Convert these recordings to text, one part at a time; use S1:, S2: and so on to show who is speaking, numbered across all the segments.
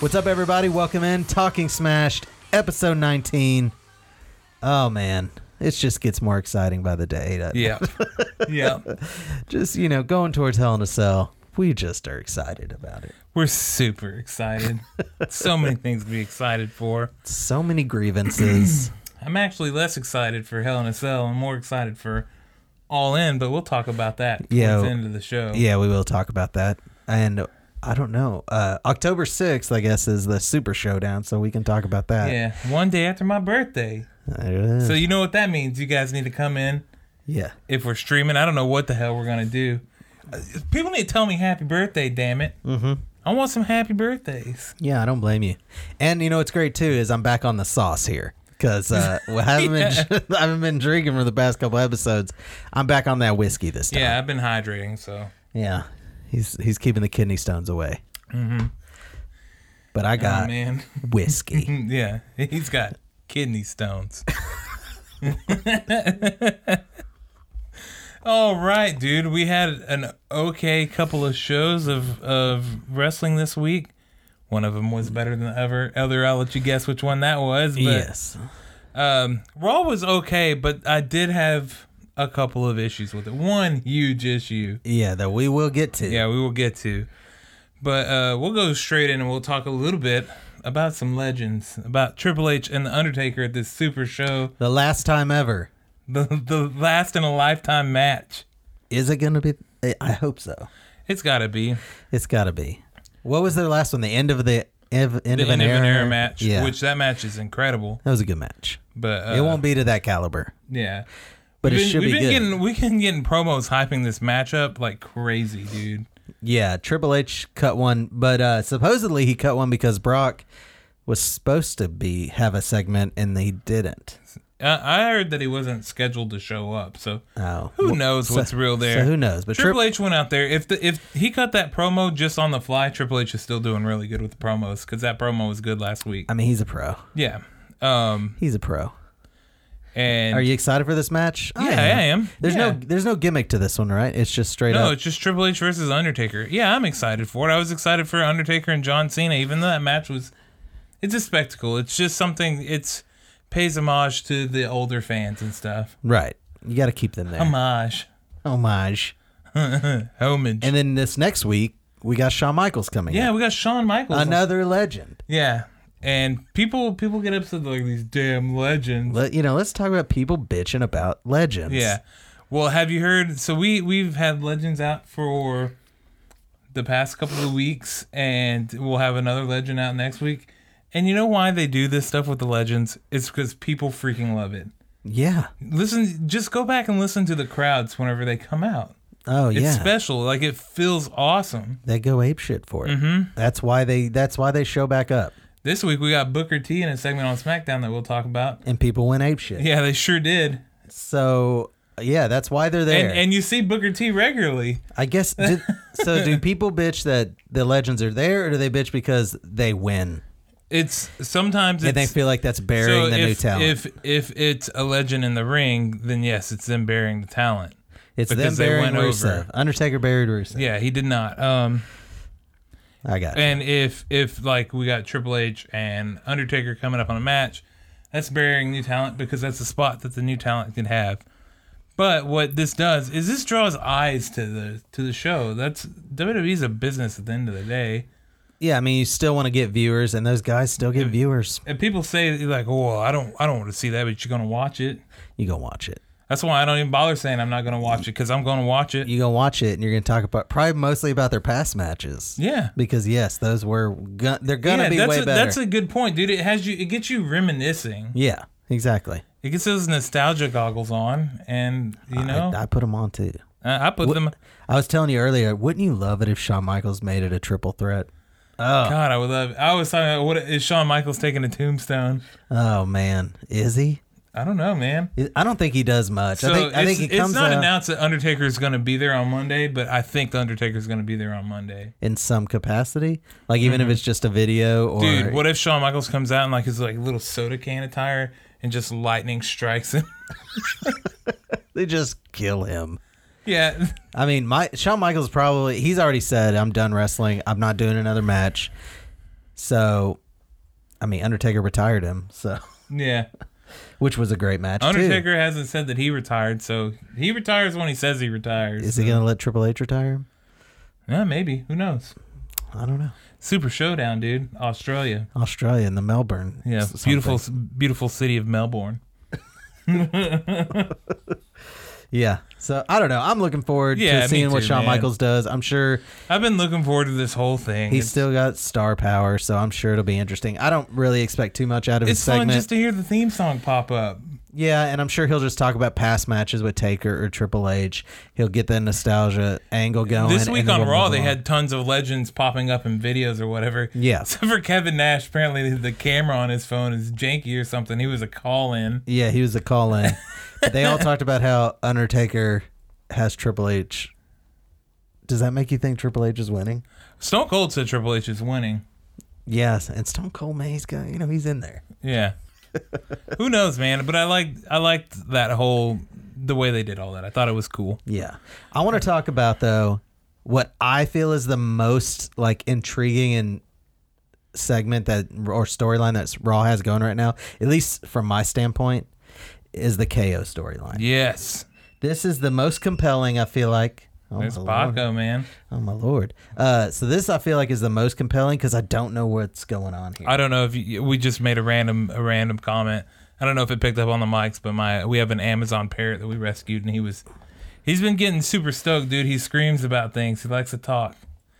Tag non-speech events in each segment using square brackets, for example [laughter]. S1: What's up, everybody? Welcome in Talking Smashed, episode 19. Oh, man. It just gets more exciting by the day. doesn't it?
S2: Yeah. yeah.
S1: Just, you know, going towards Hell in a Cell. We just are excited about it.
S2: We're super excited. so many things to be excited for.
S1: So many
S2: [clears throat]
S1: grievances.
S2: I'm actually less excited for Hell in a Cell and more excited for All In, but we'll talk about that
S1: Yeah.
S2: towards the end of the show.
S1: yeah, we will talk about that. And I don't know. Uh, October 6th, I guess, is the Super Showdown, so we can talk about that.
S2: Yeah. One day after my birthday.
S1: Uh,
S2: So you know what that means. You guys need to come in
S1: yeah.
S2: if we're streaming. I don't know what the hell we're going to do. Uh, People need to tell me happy birthday, damn it. Mm-hmm. I want some happy birthdays.
S1: Yeah, I don't blame you. And you know what's great too is I'm back on the sauce here because
S2: [laughs]
S1: uh, well, I haven't been [laughs] I haven't been drinking for the past couple episodes. I'm back on that whiskey this time.
S2: Yeah, I've been hydrating, so
S1: yeah. He's he's keeping the kidney stones away. Mm-hmm. But I
S2: oh, [laughs]
S1: got
S2: man.
S1: whiskey.
S2: Mm, yeah, [laughs] he's got kidney stones. [laughs] All right, dude. We had an okay couple of shows of of wrestling this week. One of them was better than the other. Other, I'll let you guess which one that was. But
S1: yes.
S2: um, Raw was okay, but I did have a couple of issues with it. One huge issue.
S1: Yeah, that we will get to.
S2: Yeah, we will get to. But uh, we'll go straight in and we'll talk a little bit about some legends, about Triple H and The Undertaker at this super show,
S1: The last time ever.
S2: the, the last in a lifetime match.
S1: Is it going to be I- I hope so.
S2: It's got to be
S1: It's got to be. What was their last one? The end of the ev- end
S2: the
S1: of an era,
S2: match,
S1: Yeah.
S2: which that match is incredible.
S1: that was a good match.
S2: But uh,
S1: it won't be to that caliber,
S2: Yeah.
S1: but
S2: We've
S1: it
S2: been-
S1: should
S2: we've
S1: be
S2: been
S1: good.
S2: Getting, we've been getting promos hyping this matchup like crazy, dude.
S1: Yeah, Triple H cut one, but uh, supposedly he cut one because Brock was supposed to be have a segment and they didn't.
S2: Uh, I heard that he wasn't scheduled to show up, so
S1: Oh,
S2: who knows what's real
S1: So
S2: there?
S1: who knows? But
S2: Triple
S1: Triple
S2: H went out there. If the if he cut that promo just on the fly, Triple H is still doing really good with the promos because that promo was good last week.
S1: I mean, he's a pro.
S2: Yeah. Um.
S1: He's a pro.
S2: And
S1: Are you excited for this match?
S2: Yeah, I am.
S1: There's
S2: Yeah.
S1: no there's no gimmick to this one, right? It's just straight
S2: no,
S1: up.
S2: it's just Triple H versus Undertaker. Yeah, I'm excited for it. I was excited for Undertaker and John Cena, even though that match was. It's a spectacle. It's just something. It's pays homage to the older fans and stuff.
S1: Right. You got to keep them
S2: Oh
S1: there.
S2: Homage,
S1: Homage.
S2: homage.
S1: And then this next week we got Shawn Michaels coming.
S2: yeah,
S1: up.
S2: we got Shawn Michaels.
S1: another legend.
S2: Yeah, and people people get upset like these damn legends.
S1: Let you know. Let's talk about people bitching about legends.
S2: Yeah. Well, have you heard? So we we've had legends out for the past couple of weeks, and we'll have another legend out next week. And you know why they do this stuff with the legends? It's because people freaking love it.
S1: Yeah.
S2: Listen, just go back and listen to the crowds whenever they come out.
S1: Oh
S2: It's
S1: yeah.
S2: special. Like it feels awesome.
S1: They go ape shit for it. Mm-hmm. That's why they. That's why they show back up,
S2: This week we got Booker T in a segment on SmackDown that we'll talk about.
S1: and people went ape shit.
S2: Yeah, they sure did.
S1: So yeah, that's why they're there.
S2: And and you see Booker T regularly.
S1: I guess.
S2: [laughs]
S1: Did, so do people bitch that the legends are there, or do they bitch because they win
S2: It's sometimes it's
S1: and they feel like that's burying the
S2: if,
S1: new talent?
S2: If if it's a legend in the ring, then yes, it's them burying the talent.
S1: it's them
S2: because they
S1: burying
S2: went over.
S1: Rusev. Undertaker buried Rusev.
S2: Yeah, he did not. Um,
S1: I got. It.
S2: and if if like we got Triple H and Undertaker coming up on a match, that's burying new talent because that's a spot that the new talent can have. But what this does is this draws eyes to the to the show. That's WWE's a business at the end of the day.
S1: yeah, I mean, you still want to get viewers, and those guys still get viewers.
S2: And people say like, "Oh, I don't I don't want to see that," but you're gonna watch it.
S1: You gonna watch it.
S2: That's why I don't even bother saying I'm not gonna watch it because I'm gonna watch it.
S1: You gonna watch it, and you're gonna talk about probably mostly about their past matches.
S2: Yeah.
S1: Because yes, those were go- they're gonna be
S2: that's
S1: way
S2: a,
S1: better.
S2: That's a good point, dude. It has you. It gets you reminiscing.
S1: yeah, exactly.
S2: It gets those nostalgia goggles on, and you know,
S1: I, I put them on too.
S2: I, I put them.
S1: I was telling you earlier, wouldn't you love it if Shawn Michaels made it a triple threat?
S2: God, I would love. I was talking. About, what is Shawn Michaels taking a tombstone?
S1: Oh man, is he?
S2: I don't know, man.
S1: I- I don't think he does much.
S2: So
S1: I think I
S2: it's,
S1: think he
S2: it's
S1: comes
S2: not
S1: out
S2: announced that Undertaker is going to be there on Monday, but I think the Undertaker is going to be there on Monday.
S1: in some capacity, like even if it's just a video or
S2: Mm-hmm. Dude, what if Shawn Michaels comes out in like his like little soda can attire and just lightning strikes him? [laughs]
S1: they just kill him.
S2: yeah,
S1: I mean, my Shawn Michaels probably he's already said I'm done wrestling. I'm not doing another match. So, I mean, Undertaker retired him, so [laughs]
S2: Yeah.
S1: which was a great match. too.
S2: Undertaker hasn't said that he retired, so he retires when he says he retires.
S1: is he gonna let Triple H retire him?
S2: Yeah, maybe. Who knows?
S1: I don't know.
S2: Super Showdown, dude. Australia.
S1: Australia and the Melbourne.
S2: Yeah.
S1: s- something.
S2: beautiful, beautiful city of Melbourne.
S1: Yeah. So I don't know. I'm looking forward
S2: Yeah, me
S1: to seeing what
S2: too,
S1: Shawn
S2: man.
S1: Michaels does. I'm sure
S2: I've been looking forward to this whole thing.
S1: he's
S2: It's-
S1: still got star power, so I'm sure it'll be interesting. I don't really expect too much out of his
S2: It's fun
S1: segment.
S2: just to hear the theme song pop up.
S1: yeah, and I'm sure he'll just talk about past matches with Taker or Triple H. He'll get that nostalgia angle going. Oh,
S2: This
S1: and
S2: week
S1: then
S2: on
S1: we'll
S2: Raw,
S1: move
S2: they
S1: on.
S2: had tons of legends popping up in videos or whatever.
S1: Yeah.
S2: Except for Kevin Nash, apparently the camera on his phone is janky or something. He was a call in.
S1: Yeah, he was a call
S2: [laughs]
S1: in. but they all talked about how Undertaker has Triple H. Does that make you think Triple H is winning?
S2: Stone Cold said Triple H is winning.
S1: Yes, and Stone Cold man, he's got you know he's in there. [laughs]
S2: Yeah. Who knows, man? But I liked I liked that whole the way they did all that. I thought it was cool.
S1: Yeah. I want to talk about though what I feel is the most like intriguing and segment that or storyline that Raw has going right now, at least from my standpoint, is the KO storyline.
S2: Yes.
S1: This is the most compelling I feel like. Oh,
S2: There's
S1: my lord.
S2: Paco, man.
S1: Oh my lord. Uh, so this I feel like is the most compelling because I don't know what's going on here.
S2: I don't know if you, we just made a random a random comment. I don't know if it picked up on the mics, but my we have an Amazon parrot that we rescued, and he was he's been getting super stoked, dude. He screams about things. He likes to talk.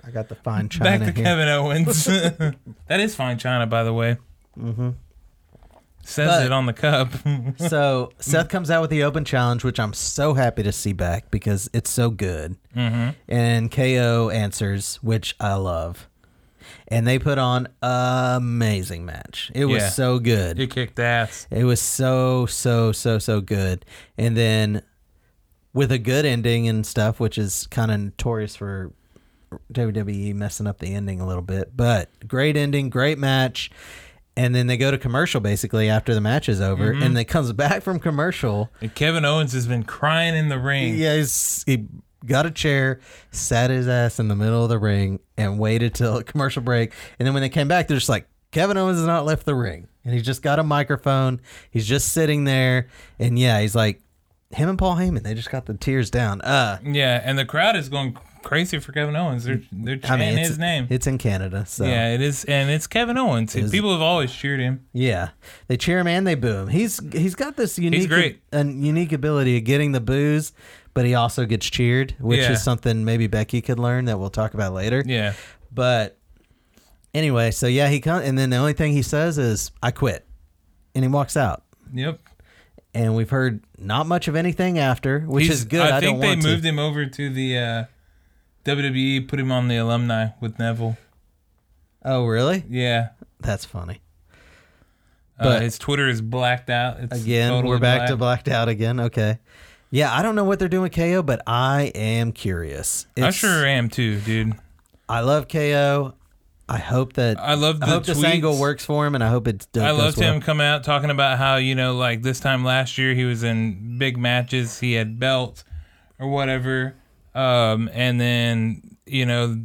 S1: I got the fine
S2: Back
S1: china
S2: to
S1: here.
S2: Kevin Owens. [laughs] that is fine China, by the way. Mm-hmm. Says
S1: But-
S2: it on the cup. [laughs]
S1: so Seth comes out with the open challenge, which I'm so happy to see back because it's so good. Mm-hmm. And KO answers, which I love. And they put on an amazing match. It was
S2: Yeah.
S1: so good.
S2: you kicked ass.
S1: It was so so so so good, and then with a good ending and stuff, which is kind of notorious for WWE messing up the ending a little bit. But great ending, great match, and then they go to commercial basically after the match is over, and they comes back from commercial.
S2: And Kevin Owens has been crying in the ring.
S1: Yeah, he's, he got a chair, sat his ass in the middle of the ring, and waited till commercial break. And then when they came back, they're just like, Kevin Owens has not left the ring, and he's just got a microphone. He's just sitting there, and yeah, he's like, him and Paul Heyman, they just got the tears down. Uh,
S2: Yeah, and the crowd is going crazy for Kevin Owens. They're they're
S1: I
S2: chanting
S1: mean, it's, uh,
S2: his name.
S1: It's in Canada, so yeah.
S2: yeah, it is, and it's Kevin Owens. People have always cheered him.
S1: They cheer him and they boo him. He's he's got this unique
S2: great.
S1: an unique ability of getting the boos, but he also gets cheered, which
S2: Yeah.
S1: is something maybe Becky could learn that we'll talk about later.
S2: Yeah,
S1: But anyway, so yeah, he comes, and then the only thing he says is, "I quit," and he walks out.
S2: yep.
S1: And we've heard not much of anything after, which
S2: He's-
S1: is good. I,
S2: I think
S1: don't
S2: they
S1: want
S2: moved
S1: to.
S2: him over to the uh, WWE, put him on the alumni with Neville.
S1: Oh, really?
S2: Yeah,
S1: That's funny.
S2: uh,
S1: But-
S2: his Twitter is blacked out. It's
S1: Again,
S2: totally
S1: we're back to
S2: black.
S1: blacked out again. Okay. Yeah, I don't know what they're doing with KO, but I am curious.
S2: I
S1: It's-
S2: sure am too, dude.
S1: I love KO. I hope that
S2: I love the
S1: I hope this
S2: tweets.
S1: angle works for him, and I hope it does.
S2: I loved
S1: goes well.
S2: him coming out talking about how you know like this time last year he was in big matches, he had belts or whatever, um, and then you know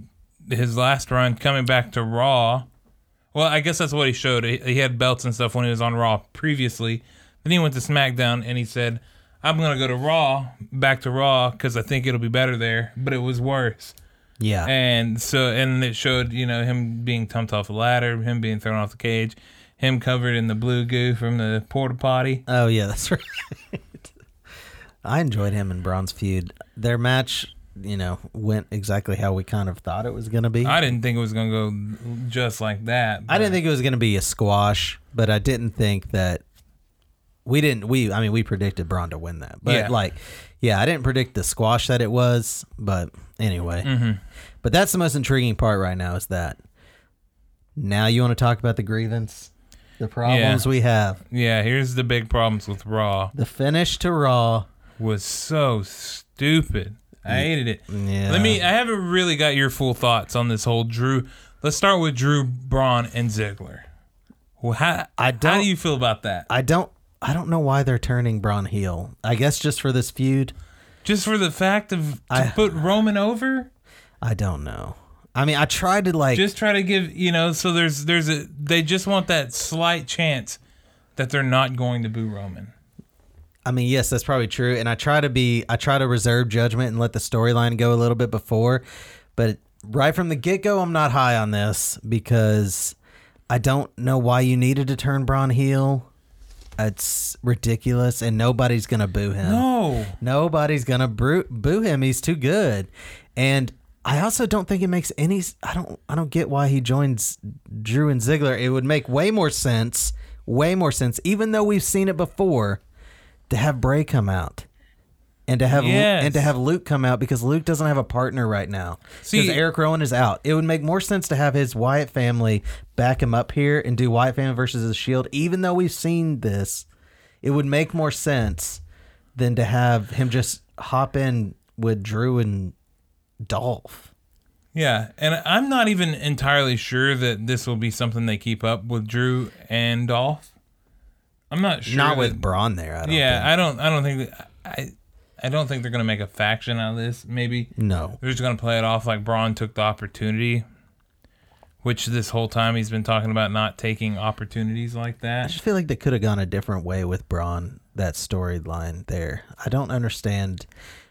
S2: his last run coming back to Raw. Well, I guess that's what he showed. He, he had belts and stuff when he was on Raw previously. Then he went to SmackDown and he said, "I'm gonna go to Raw, back to Raw, because I think it'll be better there." But it was worse.
S1: Yeah.
S2: And so, and it showed, you know, him being dumped off the ladder, him being thrown off the cage, him covered in the blue goo from the porta potty.
S1: Oh yeah, [laughs] that's right. I enjoyed him in Bronze Feud. Their match, you know, went exactly how we kind of thought it was going to be. I,
S2: I didn't think it was going to go just like that. but-
S1: didn't think it was going to be a squash, but I didn't think that we didn't we I mean we predicted Braun to win that. But
S2: Yeah.
S1: like yeah, I didn't predict the squash that it was, but anyway.
S2: Mm-hmm.
S1: But that's the most intriguing part right now is that now you want to talk about the grievance, the problems we have.
S2: Yeah, here's the big problems with Raw
S1: The finish to Raw.
S2: was so stupid. I hated it.
S1: Yeah.
S2: Let me. I haven't really got your full thoughts on this whole Drew. Let's start with Drew Braun and Ziggler. Well, how,
S1: I
S2: how
S1: don't-
S2: do you feel about that?
S1: I don't I don't know why they're turning Braun heel. I guess just for this feud.
S2: Just for the fact of to
S1: I-
S2: put Roman over.
S1: I don't know. I mean, I tried to like
S2: Just try to give you know. So there's there's a they just want that slight chance that they're not going to boo Roman.
S1: I mean, yes, that's probably true. And I try to be, I try to reserve judgment and let the storyline go a little bit before. But right from the get go, I'm not high on this because I don't know why you needed to turn Braun heel. It's ridiculous, and nobody's going to boo him.
S2: No,
S1: Nobody's gonna bru- boo him. He's too good, and I also don't think it makes any. s- I don't. I don't get why he joins Drew and Ziggler. It would make way more sense. Way more sense, even though we've seen it before, to have Bray come out, and to have Lu-
S2: Yes.
S1: and to have Luke come out because Luke doesn't have a partner right now. Because
S2: See-
S1: Eric Rowan is out. It would make more sense to have his Wyatt family back him up here and do Wyatt family versus the Shield. Even though we've seen this, it would make more sense than to have him just hop in with Drew and Dolph.
S2: yeah, and I'm not even entirely sure that this will be something they keep up with Drew and Dolph. I'm not sure.
S1: Not
S2: that-
S1: with Braun there. I don't
S2: yeah,
S1: Think.
S2: I don't. I don't think that. I, I don't think they're gonna make a faction out of this. Maybe
S1: No.
S2: they're just gonna play it off like Braun took the opportunity, which this whole time he's been talking about not taking opportunities like
S1: I
S2: that.
S1: just feel like they could have gone a different way with Braun that storyline there. I don't understand.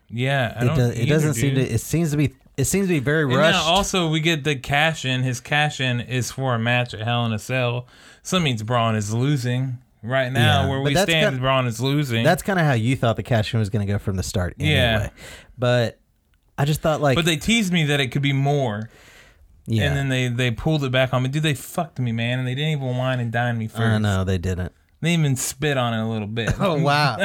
S2: Yeah, I
S1: It,
S2: don't.
S1: does, it
S2: either,
S1: doesn't seem to.
S2: dude.
S1: It seems to be. It seems to be very
S2: And
S1: rushed.
S2: now also we get the cash in. His cash in is for a match at Hell in a Cell. So that means Braun is losing right now.
S1: Yeah,
S2: where
S1: but
S2: we
S1: that's
S2: stand,
S1: kin-
S2: Braun is losing.
S1: That's kind of how you thought the cash in was going to go from the start. Anyway.
S2: Yeah.
S1: But I just thought like
S2: but they teased me that it could be more.
S1: yeah.
S2: And then they, they pulled it back on me. Dude, they fucked me, man. And they didn't even wine and dine me first.
S1: I know they didn't.
S2: They even spit on it a little bit.
S1: [laughs] Oh wow.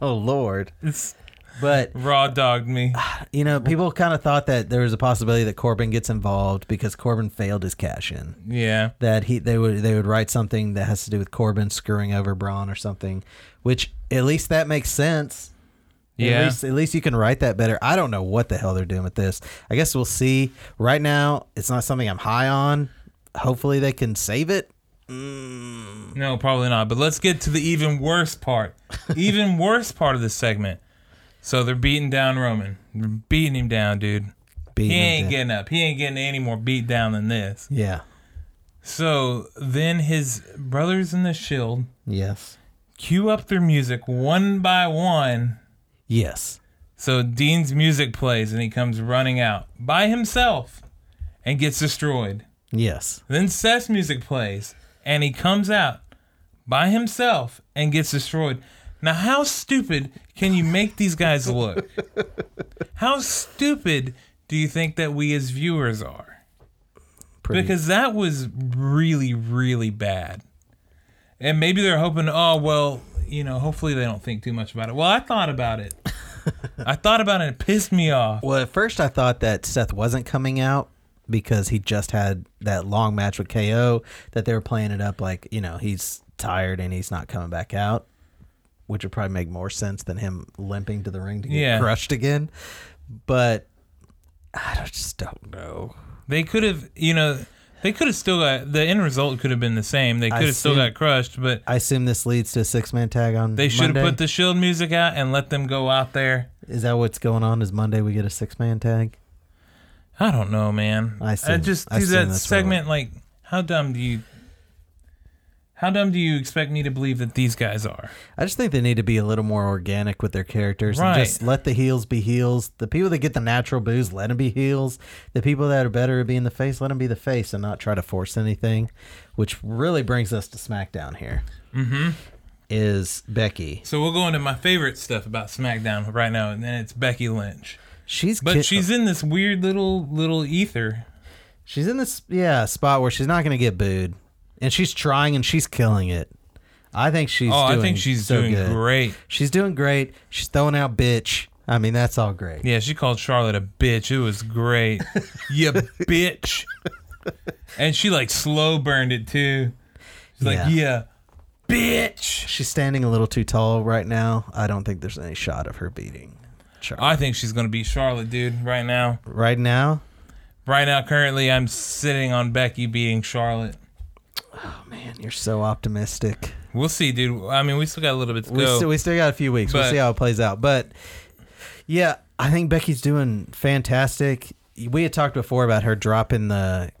S1: oh lord.
S2: It's
S1: But
S2: raw dogged
S1: [sighs]
S2: me.
S1: you know, people kind of thought that there was a possibility that Corbin gets involved because Corbin failed his cash in.
S2: Yeah.
S1: That he they would they would write something that has to do with Corbin screwing over Braun or something, which at least that makes sense. At
S2: Yeah.
S1: least, at least you can write that better. I don't know what the hell they're doing with this. I guess we'll see. Right now, it's not something I'm high on. Hopefully, they can save it.
S2: No, probably not. But let's get to the even
S1: [laughs]
S2: worse part. even worse part of this segment. So they're beating down Roman. They're beating him down, dude.
S1: Beating
S2: He
S1: them
S2: ain't
S1: down.
S2: getting up. He ain't getting any more beat down than this.
S1: Yeah.
S2: So then his brothers in the shield
S1: Yes.
S2: cue up their music one by one.
S1: Yes.
S2: So Dean's music plays and he comes running out by himself and gets destroyed.
S1: Yes.
S2: Then Seth's music plays and he comes out by himself and gets destroyed. Now, how stupid can you make these guys look? [laughs] how stupid do you think that we as viewers are?
S1: Pretty.
S2: because that was really really bad and maybe they're hoping oh well you know hopefully they don't think too much about it well i thought
S1: [laughs]
S2: about it i thought about it and it pissed me off
S1: well, at first I thought that Seth wasn't coming out because he just had that long match with KO that they were playing it up like, you know, he's tired and he's not coming back out, which would probably make more sense than him limping to the ring to get
S2: Yeah.
S1: crushed again. But I don't- just don't know.
S2: they could have you know they could have still got the end result could have been the same they could have still
S1: see.
S2: got crushed but
S1: I assume this leads to a six man tag on
S2: they should
S1: Monday.
S2: have put the shield music out and let them go out there
S1: Is that what's going on? Is Monday we get a six man tag?
S2: i don't know man
S1: I see.
S2: just
S1: I
S2: do
S1: see.
S2: that
S1: That's
S2: segment like how dumb do you how dumb do you expect me to believe that these guys are
S1: I just think they need to be a little more organic with their characters
S2: Right.
S1: and just let the heels be heels. The people that get the natural booze, let them be heels. The people that are better at being the face, let them be the face and not try to force anything. Which really brings us to SmackDown here. Mm-hmm. Is Becky?
S2: So we'll go into my favorite stuff about SmackDown right now, and then it's Becky Lynch.
S1: She's
S2: But
S1: ki-
S2: she's in this weird little little ether.
S1: she's in this yeah spot where she's not going to get booed, and she's trying and she's killing it. I think she's.
S2: oh,
S1: doing
S2: I think she's
S1: so
S2: doing
S1: good.
S2: great.
S1: She's doing great. She's throwing out bitch. I mean, that's all great.
S2: Yeah, she called Charlotte a bitch. It
S1: [laughs]
S2: was great. you bitch. And she like slow burned it too. She's
S1: Yeah.
S2: like, yeah, bitch.
S1: She's standing a little too tall right now. I don't think there's any shot of her beating Charlotte.
S2: I think she's gonna beat Charlotte, dude. Right now,
S1: right now,
S2: right now, currently, I'm sitting on Becky beating Charlotte.
S1: man, you're so optimistic.
S2: We'll see, dude. I mean, we still got a little bit to
S1: We,
S2: go.
S1: still, we still got a few weeks. we'll
S2: But-
S1: see how it plays out. But yeah, I think Becky's doing fantastic. we had talked before about her dropping the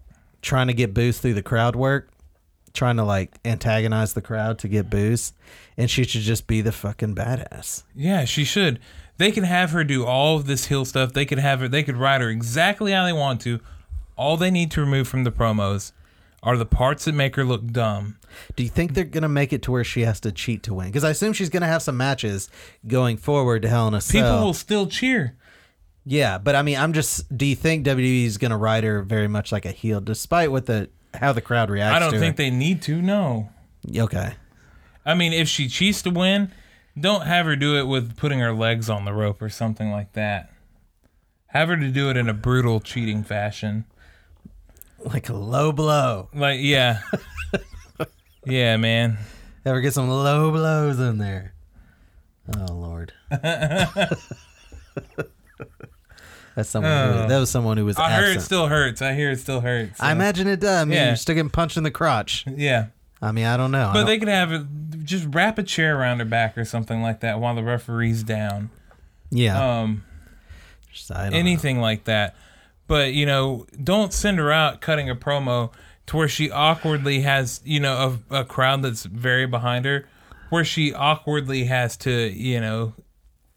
S1: trying to get booze through the crowd work, trying to like antagonize the crowd to get booze, and she should just be the fucking badass.
S2: Yeah, she should. They can have her do all of this heel stuff. They could have her. They could write her exactly how they want to. All they need to remove from the promos are the parts that make her look dumb.
S1: Do you think they're gonna make it to where she has to cheat to win? Because I assume she's gonna have some matches going forward to Hell in a Cell.
S2: People will still cheer.
S1: Yeah, but I mean, I'm just. Do you think WWE is going to ride her very much like a heel, despite what the how the crowd reacts?
S2: I don't think they need to. No.
S1: they. Okay.
S2: I mean, if she cheats to win, don't have her do it with putting her legs on the rope or something like that. Have her to do it in a brutal cheating fashion.
S1: Like a low blow. [laughs]
S2: Like, yeah. yeah, man.
S1: Ever get some low blows in there? Oh
S2: [laughs]
S1: lord. [laughs] That's someone. who, that was someone who was
S2: Uh, I heard it
S1: absent.
S2: still hurts. I hear it still hurts.
S1: I imagine it does. I mean,
S2: Yeah.
S1: you're still getting punched in the crotch.
S2: yeah.
S1: I mean, I don't know. I
S2: But
S1: don't-
S2: they could have it, just wrap a chair around her back or something like that while the referee's down.
S1: Oh, yeah.
S2: Um,
S1: Just- I don't know.
S2: anything like that. But you know, don't send her out cutting a promo to where she awkwardly has you know a, a crowd that's very behind her, where she awkwardly has to you know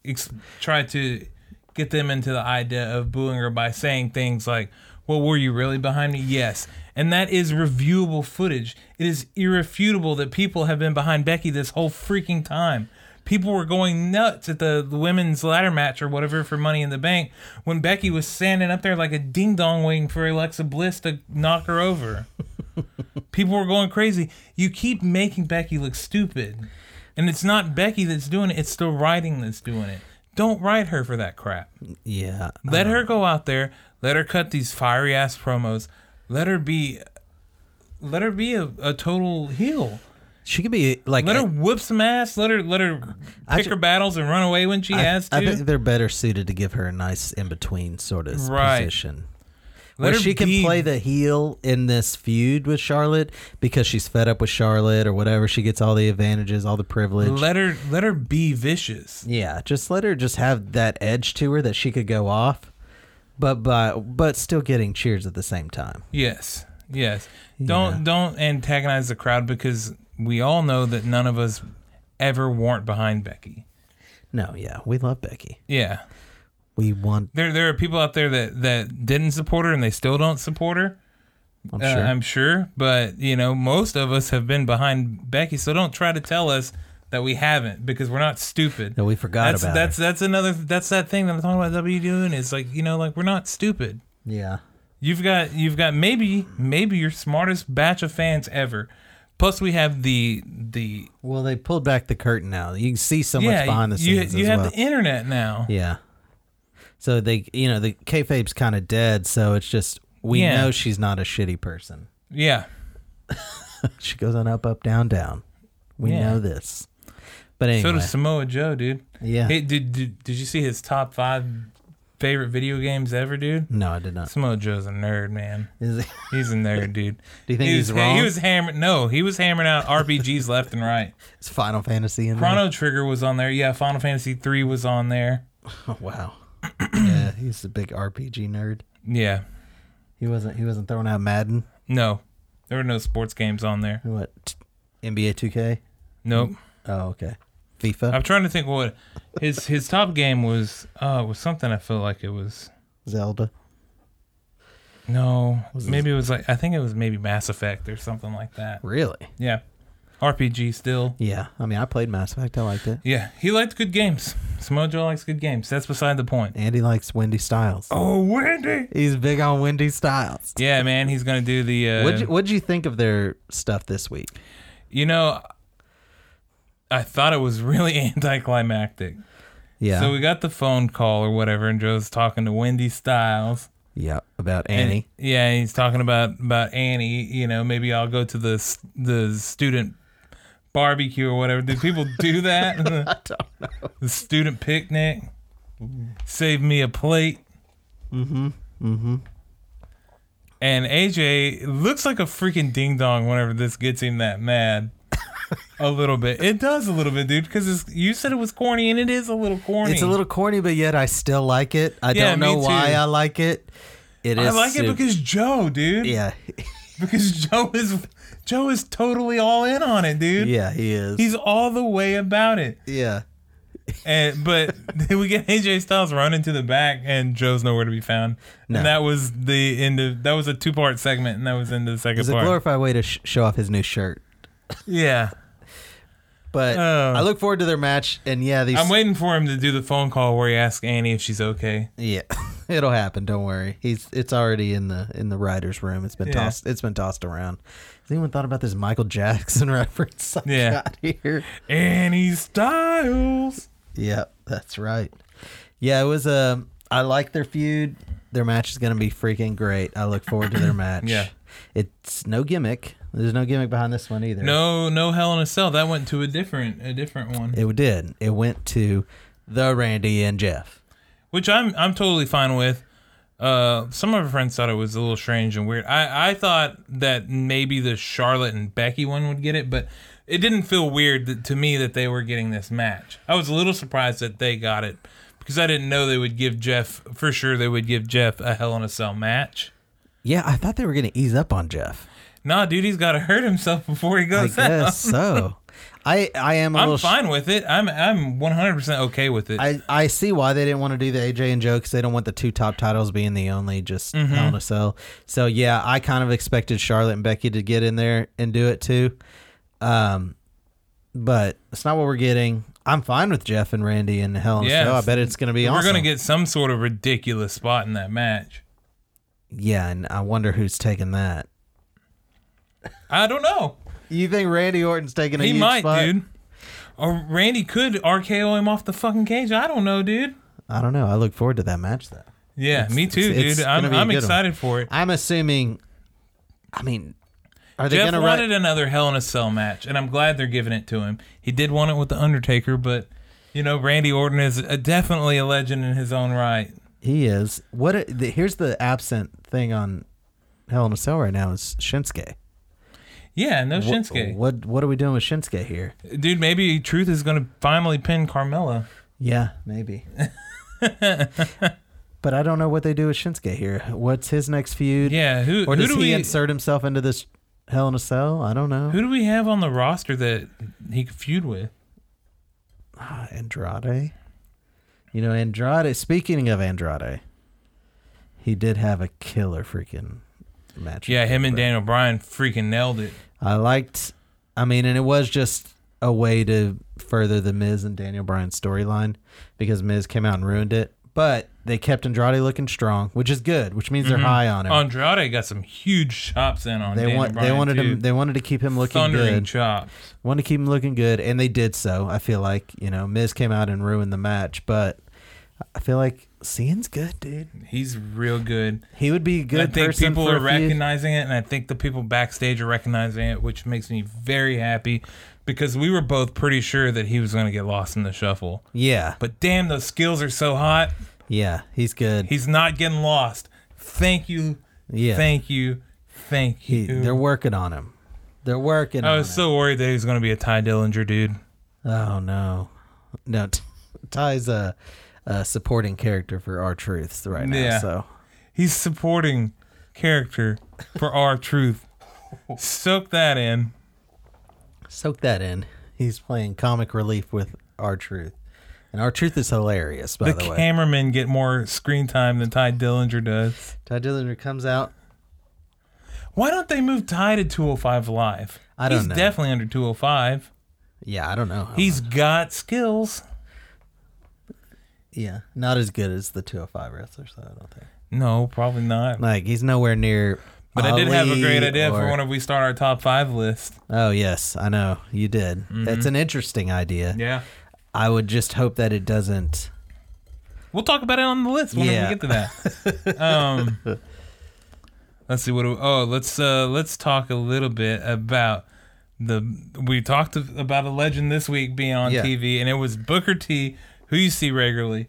S2: ex- try to get them into the idea of booing her by saying things like, "Well, were you really behind me?" Yes. And that is reviewable footage. It is irrefutable that people have been behind Becky this whole freaking time. People were going nuts at the the women's ladder match or whatever for Money in the Bank when Becky was standing up there like a ding dong waiting for Alexa Bliss to knock her over. People were going crazy. You keep making Becky look stupid. And it's not Becky that's doing it, it's the writing that's doing it. Don't write her for that crap.
S1: Yeah.
S2: Let her go out there. Let her cut these fiery ass promos. Let her be let her be a, a total heel.
S1: She could be like.
S2: Let her
S1: a-
S2: whoop some ass. Let her let her
S1: I
S2: pick
S1: ju-
S2: her battles and run away when she
S1: I,
S2: has to.
S1: I think they're better suited to give her a nice in between sort of
S2: Right.
S1: position.
S2: Let
S1: where
S2: her
S1: she can
S2: be-
S1: play the heel in this feud with Charlotte because she's fed up with Charlotte or whatever. She gets all the advantages, all the privilege.
S2: let her let her be vicious.
S1: yeah, just let her just have that edge to her that she could go off, but but but still getting cheers at the same time.
S2: Yes. Yes. Don't don't antagonize the crowd because we all know that none of us ever weren't behind Becky.
S1: No, yeah, we love Becky.
S2: Yeah.
S1: We want.
S2: There there are people out there that that didn't support her and they still don't support her.
S1: I'm
S2: Uh,
S1: sure.
S2: I'm sure, but you know, most of us have been behind Becky, so don't try to tell us that we haven't because we're not stupid.
S1: that we forgot
S2: that's
S1: about.
S2: that's
S1: her.
S2: that's another that's that thing that I'm talking about W doing is like, you know, like we're not stupid.
S1: yeah.
S2: You've got you've got maybe maybe your smartest batch of fans ever. Plus we have the the
S1: Well, they pulled back the curtain now. You can see so
S2: yeah,
S1: much behind the
S2: you,
S1: scenes.
S2: you
S1: as
S2: have
S1: well.
S2: the internet now.
S1: Yeah. So they, you know, the kayfabe's kind of dead. So it's just we
S2: Yeah.
S1: know she's not a shitty person. [laughs]
S2: Yeah.
S1: She goes on up, up, down, down. We
S2: Yeah.
S1: know this. But
S2: So
S1: anyway,
S2: does Samoa Joe, dude.
S1: Yeah.
S2: Hey, did, did did you see his top 5 favorite video games ever, dude?
S1: no, I did not.
S2: Samoa Joe's a nerd, man.
S1: Is it- [laughs]
S2: He's a nerd, dude.
S1: Do you think
S2: he
S1: he's
S2: was,
S1: wrong?
S2: He was hammering. No, he was
S1: [laughs]
S2: hammering out RPGs left and right.
S1: It's Final Fantasy in
S2: Chrono Trigger was on there. Yeah, Final Fantasy three was on there.
S1: there. [laughs] Oh, wow. yeah, he's a big RPG nerd.
S2: Yeah,
S1: He wasn't. He wasn't throwing out Madden.
S2: no, there were no sports games on there.
S1: What? t- NBA 2K.
S2: Nope.
S1: Oh, okay. FIFA.
S2: I'm trying to think what his his top game was. Uh, was something I feel like it was.
S1: Zelda.
S2: No, maybe it was like I think it was maybe Mass Effect or something like that.
S1: Really?
S2: Yeah, RPG still.
S1: Yeah. I mean, I played Mass Effect. I liked it.
S2: Yeah, he liked good games. Samoa Joe likes good games. That's beside the point.
S1: Andy likes Wendy Styles.
S2: Oh, Wendy.
S1: He's big on Wendy Styles.
S2: Yeah, man, he's gonna do the. Uh,
S1: What'd you, what'd you think of their stuff this week?
S2: You know, I thought it was really [laughs] anticlimactic.
S1: Yeah.
S2: So we got the phone call or whatever, and Joe's talking to Wendy Styles.
S1: yeah. About
S2: and-
S1: Annie.
S2: yeah, and he's talking about about Annie. You know, maybe I'll go to the s- the student barbecue or whatever. Do people do that? [laughs] I don't know. The student picnic. Save me a plate. Mm-hmm. Mm-hmm. And AJ looks like a freaking ding dong whenever this gets him that mad. a little bit. It does a little bit, dude. Because you said it was corny, and it is a little corny.
S1: It's a little corny, but yet I still like it. I
S2: Yeah,
S1: don't
S2: me
S1: know why
S2: too.
S1: I like it. It
S2: I
S1: is.
S2: like it
S1: sup-
S2: because Joe,
S1: [laughs]
S2: dude.
S1: yeah, [laughs]
S2: Because [laughs] Joe is Joe is totally all in on it, dude.
S1: yeah, he is.
S2: He's all the way about it.
S1: yeah,
S2: And
S1: [laughs]
S2: but then we get AJ Styles running to the back and Joe's nowhere to be found.
S1: No.
S2: And that was the end of that was a two part segment and that was into the second
S1: it's a
S2: part.
S1: glorified way to sh- show off his new shirt.
S2: yeah.
S1: But
S2: Oh.
S1: I look forward to their match, and yeah, these.
S2: I'm waiting for him to do the phone call where he asks Annie if she's okay.
S1: [laughs] yeah, [laughs] it'll happen. Don't worry. He's it's already in the in the writers' room. It's been
S2: Yeah.
S1: tossed. It's been tossed around. Has anyone thought about this Michael Jackson [laughs] reference? I
S2: Yeah.
S1: got here.
S2: Annie Styles.
S1: Yeah, that's right. Yeah, it was Um, I like their feud. Their match is going to be freaking great. I look forward to
S2: [clears throat]
S1: their match.
S2: Yeah.
S1: It's no gimmick. There's no gimmick behind this one either.
S2: No, no Hell in a Cell. That went to a different, a different one,
S1: It did. It went to the Randy and Jeff.
S2: which I'm, I'm totally fine with. Uh, some of our friends thought it was a little strange and weird. I, I thought that maybe the Charlotte and Becky one would get it, but it didn't feel weird that, to me that they were getting this match. I was a little surprised that they got it because I didn't know they would give Jeff for sure. They would give Jeff a Hell in a Cell match.
S1: Yeah, I thought they were going to ease up on Jeff.
S2: Nah, dude, he's got to hurt himself [laughs] before he
S1: I
S2: goes out.
S1: guess so. I I am a
S2: I'm
S1: little. sh-
S2: fine with it. I'm I'm 100% okay with it.
S1: I, I see why they didn't want to do the AJ and Joe because they don't want the two top titles being the only just
S2: Mm-hmm.
S1: Hell in a Cell. So yeah, I kind of expected Charlotte and Becky to get in there and do it too, um, but it's not what we're getting. I'm fine with Jeff and Randy and Hell in
S2: Yes.
S1: a Cell. I bet it's going to be
S2: We're
S1: awesome.
S2: gonna get some sort of ridiculous spot in that match.
S1: yeah, and I wonder who's taking that.
S2: I don't know.
S1: You think Randy Orton's taking a
S2: He
S1: huge
S2: might,
S1: spot?
S2: dude. Or Randy could RKO him off the fucking cage. I don't know, dude.
S1: I don't know. I look forward to that match though.
S2: Yeah, me too,
S1: it's- it's
S2: dude.
S1: gonna
S2: I'm,
S1: be a
S2: I'm
S1: good one. Uh,
S2: excited for it.
S1: I'm assuming. I mean, are they
S2: Jeff
S1: going to write?
S2: wanted another Hell in a Cell match, and I'm glad they're giving it to him. He did want it with the Undertaker, but you know, Randy Orton is uh definitely a legend in his own right.
S1: He is. What? a- the, here's the absent thing on Hell in a Cell right now is Shinsuke.
S2: Yeah, no
S1: Wh-
S2: Oh, Shinsuke,
S1: What What are we doing with Shinsuke here?
S2: dude. Maybe Truth is gonna finally pin Carmella.
S1: Yeah,
S2: [laughs]
S1: maybe. but I don't know what they do with Shinsuke here. What's his next feud?
S2: Yeah, who
S1: Or
S2: who
S1: does
S2: do
S1: he
S2: we
S1: insert himself into this Hell in a Cell? I don't know.
S2: Who do we have on the roster that he could feud with?
S1: Ah, Andrade. You know, Andrade. Speaking of Andrade, he did have a killer freaking match.
S2: Yeah, him and Daniel Bryan freaking nailed it.
S1: I liked. I mean, and it was just a way to further the Miz and Daniel Bryan storyline because Miz came out and ruined it. But they kept Andrade looking strong, which is good, which means they're high on him.
S2: Andrade got some huge chops in on
S1: they
S2: Mm-hmm. Daniel
S1: want
S2: Bryan.
S1: they wanted
S2: too.
S1: him they wanted to keep him looking
S2: thundering
S1: good.
S2: chops.
S1: wanted to keep him looking good, and they did so. I feel like you know Miz came out and ruined the match, but I feel like Cien's good, dude.
S2: He's real good.
S1: He would be a good.
S2: I think
S1: person
S2: people
S1: for
S2: are
S1: a feud.
S2: recognizing it, and I think the people backstage are recognizing it, which makes me very happy because we were both pretty sure that he was going to get lost in the shuffle.
S1: Yeah,
S2: But damn, those skills are so hot.
S1: yeah, he's good.
S2: He's not getting lost. Thank you.
S1: yeah,
S2: Thank you. Thank
S1: He-
S2: you.
S1: they're working on him. They're working.
S2: I
S1: on
S2: was
S1: him.
S2: so worried that he was going to be a Ty Dillinger dude.
S1: Oh no, no. T- Ty's a, a supporting character for our truths right now.
S2: Yeah.
S1: So
S2: He's supporting character for our truth. Soak that in.
S1: soak that in. He's playing comic relief with our truth, and our truth is hilarious. By
S2: The
S1: the, way,
S2: cameramen get more screen time than Ty Dillinger does.
S1: Ty Dillinger comes out.
S2: Why don't they move Ty to 205 Live?
S1: I don't
S2: He's
S1: know. Uh-huh.
S2: definitely under 205.
S1: Yeah, I don't know. how-
S2: He's got skills.
S1: yeah, not as good as the 205 wrestler, so I don't think.
S2: No, probably not.
S1: Like he's nowhere near.
S2: But I did have a
S1: Ali
S2: great idea
S1: or-
S2: for whenever we start our top five list.
S1: Oh yes, I know you did. That's an interesting idea.
S2: Mm-hmm. Yeah.
S1: I would just hope that it doesn't.
S2: We'll talk about it on the list whenever
S1: Yeah.
S2: we get to
S1: [laughs]
S2: that. um, let's see what. Do we, oh, let's uh, let's talk a little bit about the. We talked about a legend this week being on
S1: Yeah.
S2: TV, and it was Booker T, who you see regularly,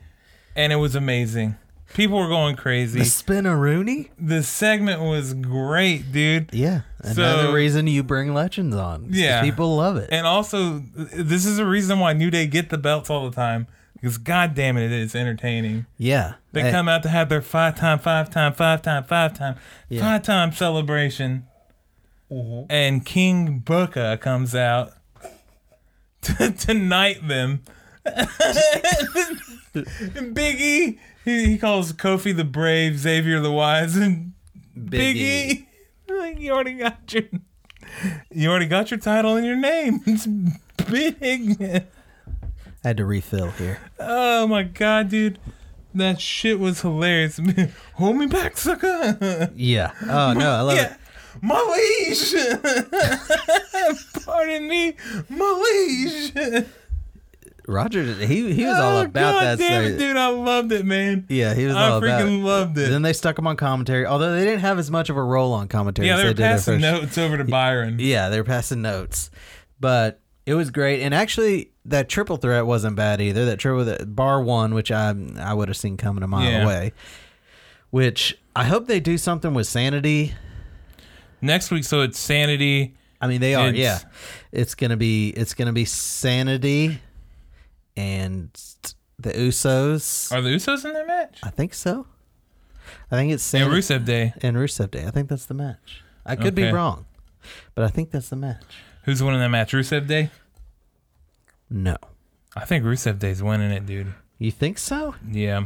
S2: and it was amazing. People were going
S1: The
S2: crazy.
S1: Spinaroonie.
S2: The segment was great, dude.
S1: Yeah, another
S2: So-
S1: reason you bring legends on.
S2: Yeah.
S1: Yeah, people love it.
S2: And also, this is a reason why New Day get the belts all the time. 'cause Because goddamn it, it is entertaining.
S1: Yeah.
S2: They
S1: Hey,
S2: come out to have their five time, five time, five time, five time,
S1: Yeah.
S2: five time celebration, and King Booker comes out [laughs] to, to knight them. [laughs] Biggie, E, he, he calls Kofi the brave, Xavier the wise, and
S1: Big E.
S2: Biggie, [laughs] like, you already got your, you already got your title and your name. [laughs] It's big.
S1: I had to refill here.
S2: Oh my god, dude. That shit was hilarious. [laughs] Hold me back, sucker. [laughs]
S1: Yeah. Oh no, I love
S2: yeah.
S1: it.
S2: My liege. [laughs] Pardon me. My liege.
S1: Roger, he he was all
S2: Oh,
S1: about
S2: god
S1: that.
S2: Damn
S1: so-
S2: it, dude. I loved it, man.
S1: Yeah, he was
S2: I
S1: all about.
S2: freaking
S1: it.
S2: loved it.
S1: Then they stuck him on commentary, although they didn't have as much of a role on commentary.
S2: yeah,
S1: as
S2: they were
S1: did their
S2: passing
S1: first-
S2: notes over to Byron.
S1: Yeah, they were passing notes, but it was great. And actually, that triple threat wasn't bad either. That triple that bar one, which I I would have seen coming a mile
S2: Yeah.
S1: away. Which I hope they do something with sanity.
S2: Next week, so it's Sanity.
S1: I mean, they are.
S2: It's-
S1: yeah, it's gonna be it's gonna be sanity, and the Usos.
S2: Are the Usos in their match?
S1: I think so. I think it's
S2: And
S1: sanity.
S2: Rusev Day.
S1: and Rusev Day. I think that's the match. I could be
S2: Okay.
S1: wrong, but I think that's the match.
S2: Who's winning that match? Rusev Day?
S1: No,
S2: I think Rusev Day's winning it, dude.
S1: you think so?
S2: Yeah.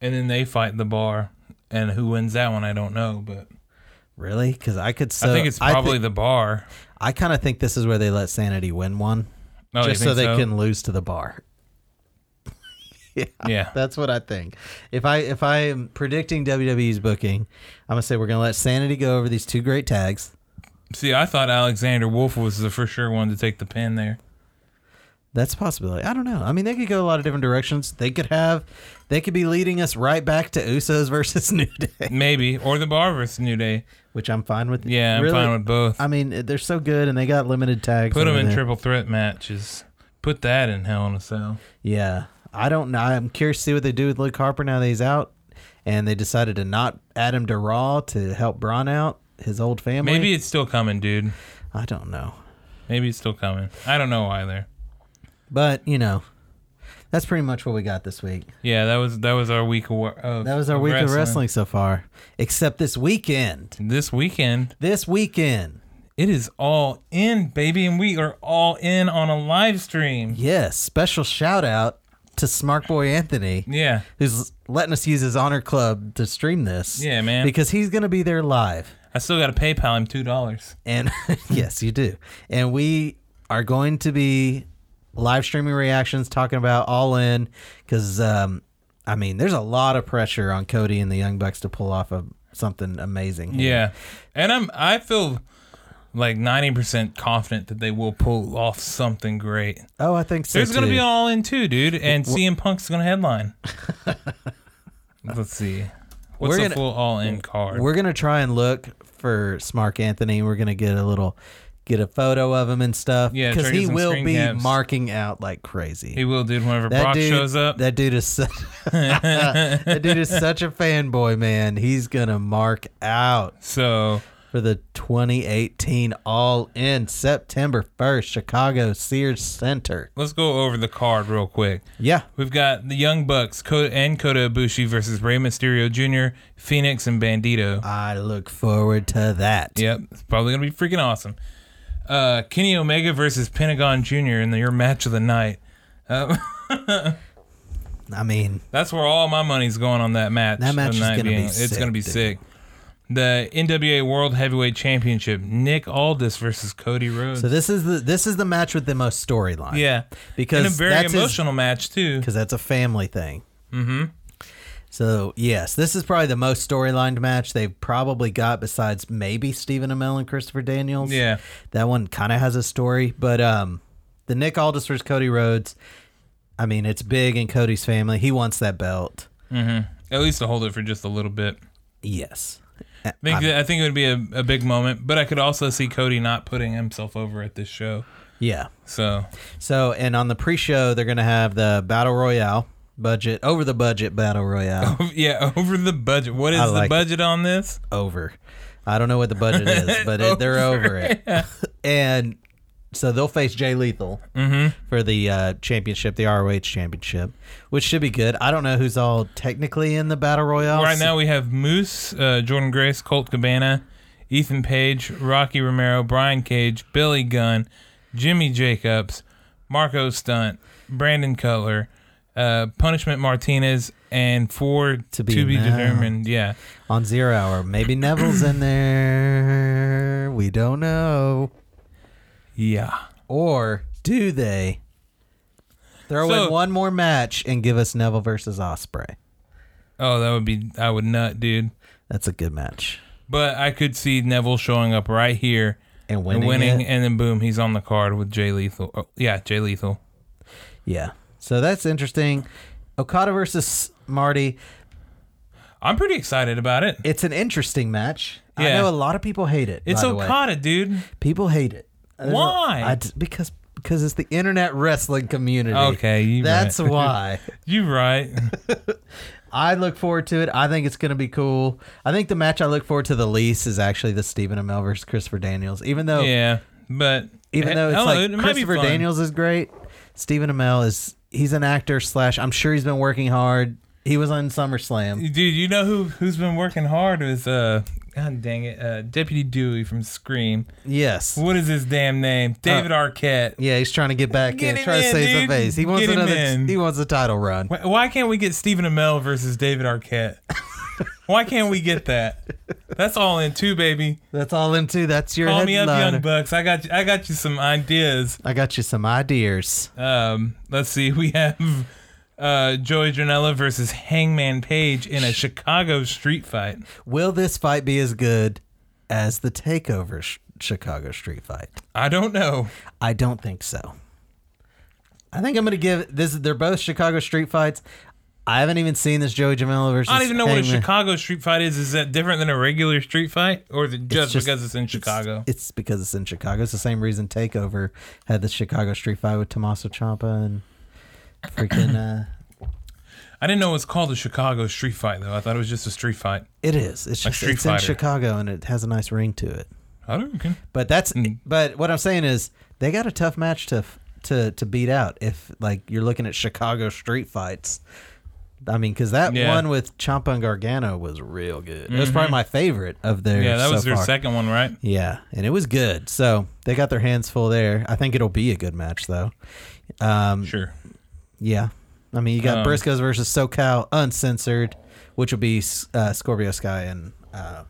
S2: And then they fight the bar, and who wins that one? I don't know, but
S1: Really? Because I could. So,
S2: I think it's probably the bar.
S1: I, kind of think this is where they let Sanity win one,
S2: Oh, you
S1: just so
S2: think
S1: they can lose to the bar.
S2: Yeah,
S1: [laughs] That's what I think. If I if I am predicting WWE's booking, I'm gonna say we're gonna let Sanity go over these two great tags.
S2: see, I thought Alexander Wolf was the for sure one to take the pin there.
S1: That's a possibility. I don't know. I mean, they could go a lot of different directions. They could have, they could be leading us right back to Usos versus [laughs] New Day,
S2: Maybe or the bar versus New Day.
S1: which I'm fine with.
S2: Yeah, I'm
S1: Really,
S2: fine with both.
S1: I mean, they're so good, and they got limited tags.
S2: Put them
S1: over
S2: in
S1: there.
S2: triple threat matches. Put that in Hell in a Cell.
S1: Yeah, I don't know. I'm curious to see what they do with Luke Harper now that he's out, and they decided to not add him to Raw to help Braun out his old family.
S2: Maybe it's still coming, dude.
S1: I don't know,
S2: Maybe it's still coming. I don't know either.
S1: but you know, that's pretty much what we got this week.
S2: Yeah, that was that was our week of of
S1: That was our week of wrestling so far, except this weekend.
S2: This weekend,
S1: This weekend,
S2: It is all in, baby, and we are all in on a live stream.
S1: yes, special shout out to Smart Boy Anthony.
S2: Yeah.
S1: Who's letting us use his honor club to stream this?
S2: Yeah, man.
S1: Because he's going to be there live.
S2: I still got to PayPal him two dollars.
S1: And [laughs] yes, you do. And we are going to be live streaming reactions, talking about All In, because um, I mean, there's a lot of pressure on Cody and the Young Bucks to pull off a, something amazing. here.
S2: Yeah, and I'm I feel like ninety percent confident that they will pull off something great.
S1: Oh, I think so.
S2: There's gonna
S1: too.
S2: be an all in too, dude, and CM Punk's
S1: [laughs]
S2: gonna headline. Let's see, what's
S1: We're
S2: the
S1: gonna-
S2: full all in card?
S1: We're gonna try and look for Smart Anthony. We're gonna get a little. Get a photo of him and stuff.
S2: Yeah, try
S1: because
S2: to get
S1: he
S2: some
S1: will
S2: screen
S1: be
S2: caps.
S1: marking out like crazy.
S2: He will, dude. Whenever
S1: that
S2: Brock
S1: dude
S2: shows up,
S1: That dude is such, [laughs] that dude is such a fanboy, man. He's gonna mark out
S2: so
S1: for the 2018 All In September 1st, Chicago Sears Center.
S2: let's go over the card real quick.
S1: Yeah,
S2: We've got the Young Bucks Ko- and Kota Ibushi versus Rey Mysterio Jr., Phoenix, and Bandito.
S1: I look forward to that.
S2: Yep, it's probably gonna be freaking awesome. Uh, Kenny Omega versus Pentagon Jr. in the, your match of the night.
S1: I mean,
S2: That's where all my money's going on that match.
S1: That match
S2: of the
S1: is
S2: night
S1: gonna be
S2: it's
S1: sick,
S2: gonna be
S1: dude.
S2: sick. The NWA World Heavyweight Championship: Nick Aldis versus Cody Rhodes.
S1: so this is the this is the match with the most storyline.
S2: yeah,
S1: because
S2: and a very
S1: that's his-
S2: emotional match too.
S1: because that's a family thing. Mm-hmm. So yes, this is probably the most storylined match they've probably got besides maybe Stephen Amell and Christopher Daniels.
S2: Yeah.
S1: that one kind of has a story, but um, the Nick Aldis versus Cody Rhodes. I mean, it's big in Cody's family. He wants that belt.
S2: At least to hold it for just a little bit.
S1: Yes. I
S2: I think that- I think it would be a, a big moment, but I could also see Cody not putting himself over at this show.
S1: yeah.
S2: So [laughs]
S1: So, and on the pre-show, they're gonna have the battle royale budget over the budget battle royale
S2: yeah, [laughs] over the budget. What is
S1: I
S2: the
S1: like it.
S2: budget on this? [laughs]
S1: over. I don't know what the budget is, but it, they're over it. [laughs] and So they'll face Jay Lethal
S2: Mm-hmm.
S1: for the uh, championship, the ROH championship, which should be good. I don't know who's all technically in the battle royale.
S2: Right now we have Moose, uh, Jordan Grace, Colt Cabana, Ethan Page, Rocky Romero, Brian Cage, Billy Gunn, Jimmy Jacobs, Marco Stunt, Brandon Cutler, uh, Punishment Martinez, and four to
S1: be
S2: be,
S1: announced.
S2: determined. Yeah,
S1: on Zero Hour, maybe Neville's in there. We don't know.
S2: yeah.
S1: Or do they throw
S2: So-
S1: in one more match and give us Neville versus Osprey?
S2: Oh, that would be I would nut, dude.
S1: That's a good match.
S2: But I could see Neville showing up right here
S1: And winning,
S2: and winning,
S1: it?
S2: and then boom, he's on the card with Jay Lethal. Oh, yeah, Jay Lethal.
S1: yeah. So that's interesting. Okada versus Marty.
S2: I'm pretty excited about it.
S1: It's an interesting match. I
S2: Yeah.
S1: know a lot of people hate it.
S2: It's
S1: by the way.
S2: Okada, dude.
S1: People hate it. There's a-
S2: Why?
S1: I d- because because it's the internet wrestling community.
S2: Okay, you [laughs]
S1: that's
S2: right.
S1: why.
S2: You
S1: [laughs]
S2: right.
S1: I look forward to it. I think it's going to be cool. I think the match I look forward to the least is actually the Stephen Amell versus Christopher Daniels. Even though,
S2: Yeah, but
S1: even though it's
S2: Hell,
S1: like
S2: it might be
S1: Christopher
S2: fun.
S1: Daniels is great, Stephen Amell is he's an actor slash. I'm sure he's been working hard. He was on SummerSlam.
S2: dude. You know who who's been working hard is uh, god dang it, uh, Deputy Dewey from Scream.
S1: Yes.
S2: What is his damn name?
S1: Uh,
S2: David Arquette.
S1: Yeah, he's trying to get back
S2: Get
S1: in,
S2: him
S1: trying to
S2: in,
S1: save
S2: dude.
S1: some face. He wants
S2: Get him
S1: another.
S2: in.
S1: He wants a title run.
S2: Why, why can't we get Stephen Amell versus
S1: [laughs]
S2: David Arquette? why can't we get that? That's all in two, baby.
S1: That's all them too. That's your
S2: Call me up,
S1: headliner.
S2: Young Bucks. I got you, I got you some ideas.
S1: I got you some ideas.
S2: Um, let's see. We have uh, Joey Janela versus Hangman Page in a Chicago street fight.
S1: Will this fight be as good as the takeover sh- Chicago Street fight?
S2: I don't know.
S1: I don't think so. I think I'm going to give this. They're both Chicago Street fights. I haven't even seen this Joey Jamela versus.
S2: I don't even know what a
S1: Hangman.
S2: Chicago street fight is. Is that different than a regular street fight, or is it just, because it's in Chicago?
S1: It's, because it's in Chicago. It's the same reason Takeover had the Chicago Street fight with Tommaso Ciampa and freaking. uh
S2: I didn't know it was called a Chicago street fight though. I thought it was just a street fight.
S1: It is. It's just
S2: Street
S1: it's in
S2: Fighter.
S1: Chicago and it has a nice ring to it.
S2: I don't. Okay.
S1: But that's
S2: Mm.
S1: but what I'm saying is they got a tough match to to to beat out if like you're looking at Chicago street fights. I mean, because that
S2: Yeah. Mm-hmm.
S1: one with Champa and Gargano was real good. It was probably my favorite of theirs.
S2: Yeah, that
S1: so
S2: was their
S1: far.
S2: second one, right?
S1: Yeah, and it was good. So they got their hands full there. I think it'll be a good match though. Um,
S2: Sure.
S1: yeah, I mean you got
S2: Um,
S1: Briscoes versus SoCal uncensored, which will be uh, Scorpio Sky and uh,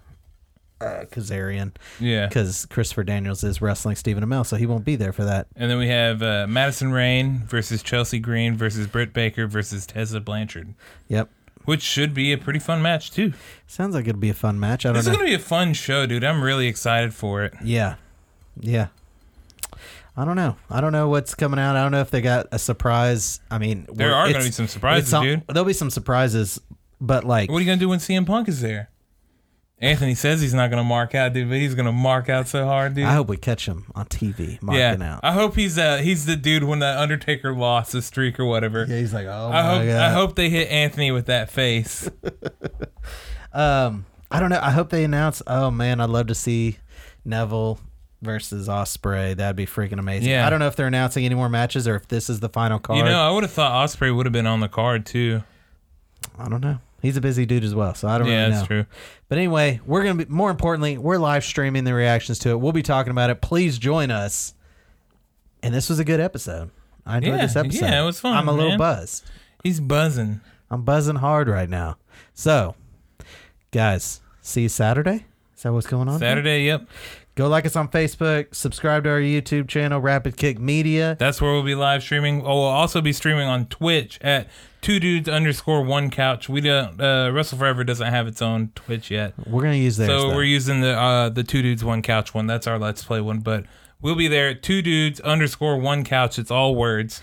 S1: uh, Kazarian
S2: Yeah.
S1: because Christopher Daniels is wrestling Stephen Amell, so he won't be there for that.
S2: And then we have uh, Madison Rain versus Chelsea Green versus Britt Baker versus Tessa Blanchard,
S1: Yep.
S2: which should be a pretty fun match too.
S1: Sounds like it'd be a fun match. I don't
S2: This
S1: know.
S2: is gonna be a fun show, dude. I'm really excited for it.
S1: yeah. Yeah. I don't know. I don't know what's coming out. I don't know if they got a surprise. I mean,
S2: There
S1: we're-
S2: are gonna
S1: it's-
S2: be some surprises,
S1: it's on-
S2: dude.
S1: There'll be some surprises, but like,
S2: What are you gonna do when CM Punk is there? Anthony says he's not gonna mark out, dude, but he's gonna mark out so hard, dude.
S1: I hope we catch him on TV marking
S2: yeah,
S1: out.
S2: I hope he's uh he's the dude when the Undertaker lost the streak or whatever.
S1: yeah, he's like, oh, my
S2: I hope
S1: God.
S2: I hope they hit Anthony with that face.
S1: Um, I don't know. I hope they announce. Oh man, I'd love to see Neville versus Osprey. That'd be freaking amazing.
S2: Yeah.
S1: I don't know if they're announcing any more matches or if this is the final card.
S2: you know, I would have thought Osprey would have been on the card too.
S1: I don't know. He's a busy dude as well, so I don't
S2: Yeah,
S1: really know.
S2: that's true.
S1: But anyway, we're gonna be more importantly, we're live streaming the reactions to it. We'll be talking about it. Please join us. And this was a good episode. I enjoyed
S2: Yeah,
S1: this episode.
S2: yeah, it was fun,
S1: I'm a little
S2: man.
S1: buzzed.
S2: He's buzzing.
S1: I'm buzzing hard right now. So, guys, see you Saturday. Is that what's going on?
S2: Saturday, yep.
S1: Go like us on Facebook. Subscribe to our YouTube channel, Rapid Kick Media.
S2: That's where we'll be live streaming. Oh, we'll also be streaming on Twitch at two dudes underscore one couch. We don't uh, Wrestle Forever doesn't have its own Twitch yet,
S1: We're gonna use theirs.
S2: so
S1: though.
S2: we're using the uh, the two dudes one couch one. That's our let's play one, but we'll be there. at Two dudes underscore one couch. It's all words,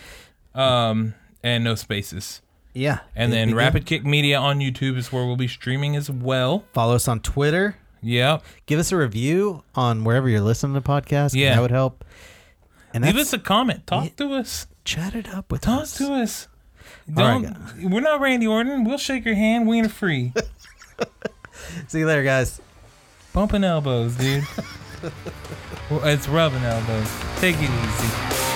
S2: um, and no spaces.
S1: yeah. It'd
S2: And
S1: be
S2: then
S1: good.
S2: Rapid Kick Media on YouTube is where we'll be streaming as well.
S1: follow us on Twitter.
S2: Yep.
S1: Give us a review on wherever you're listening to podcasts.
S2: Yeah.
S1: that would help. And
S2: Leave
S1: that's,
S2: us a comment. Talk to us.
S1: chat it up with
S2: Talk
S1: us.
S2: to us.
S1: All right,
S2: Don't. we're not Randy Orton. We'll shake your hand. Wiener free.
S1: See you later, guys.
S2: Bumping elbows, dude. Well, it's rubbing elbows. Take it easy.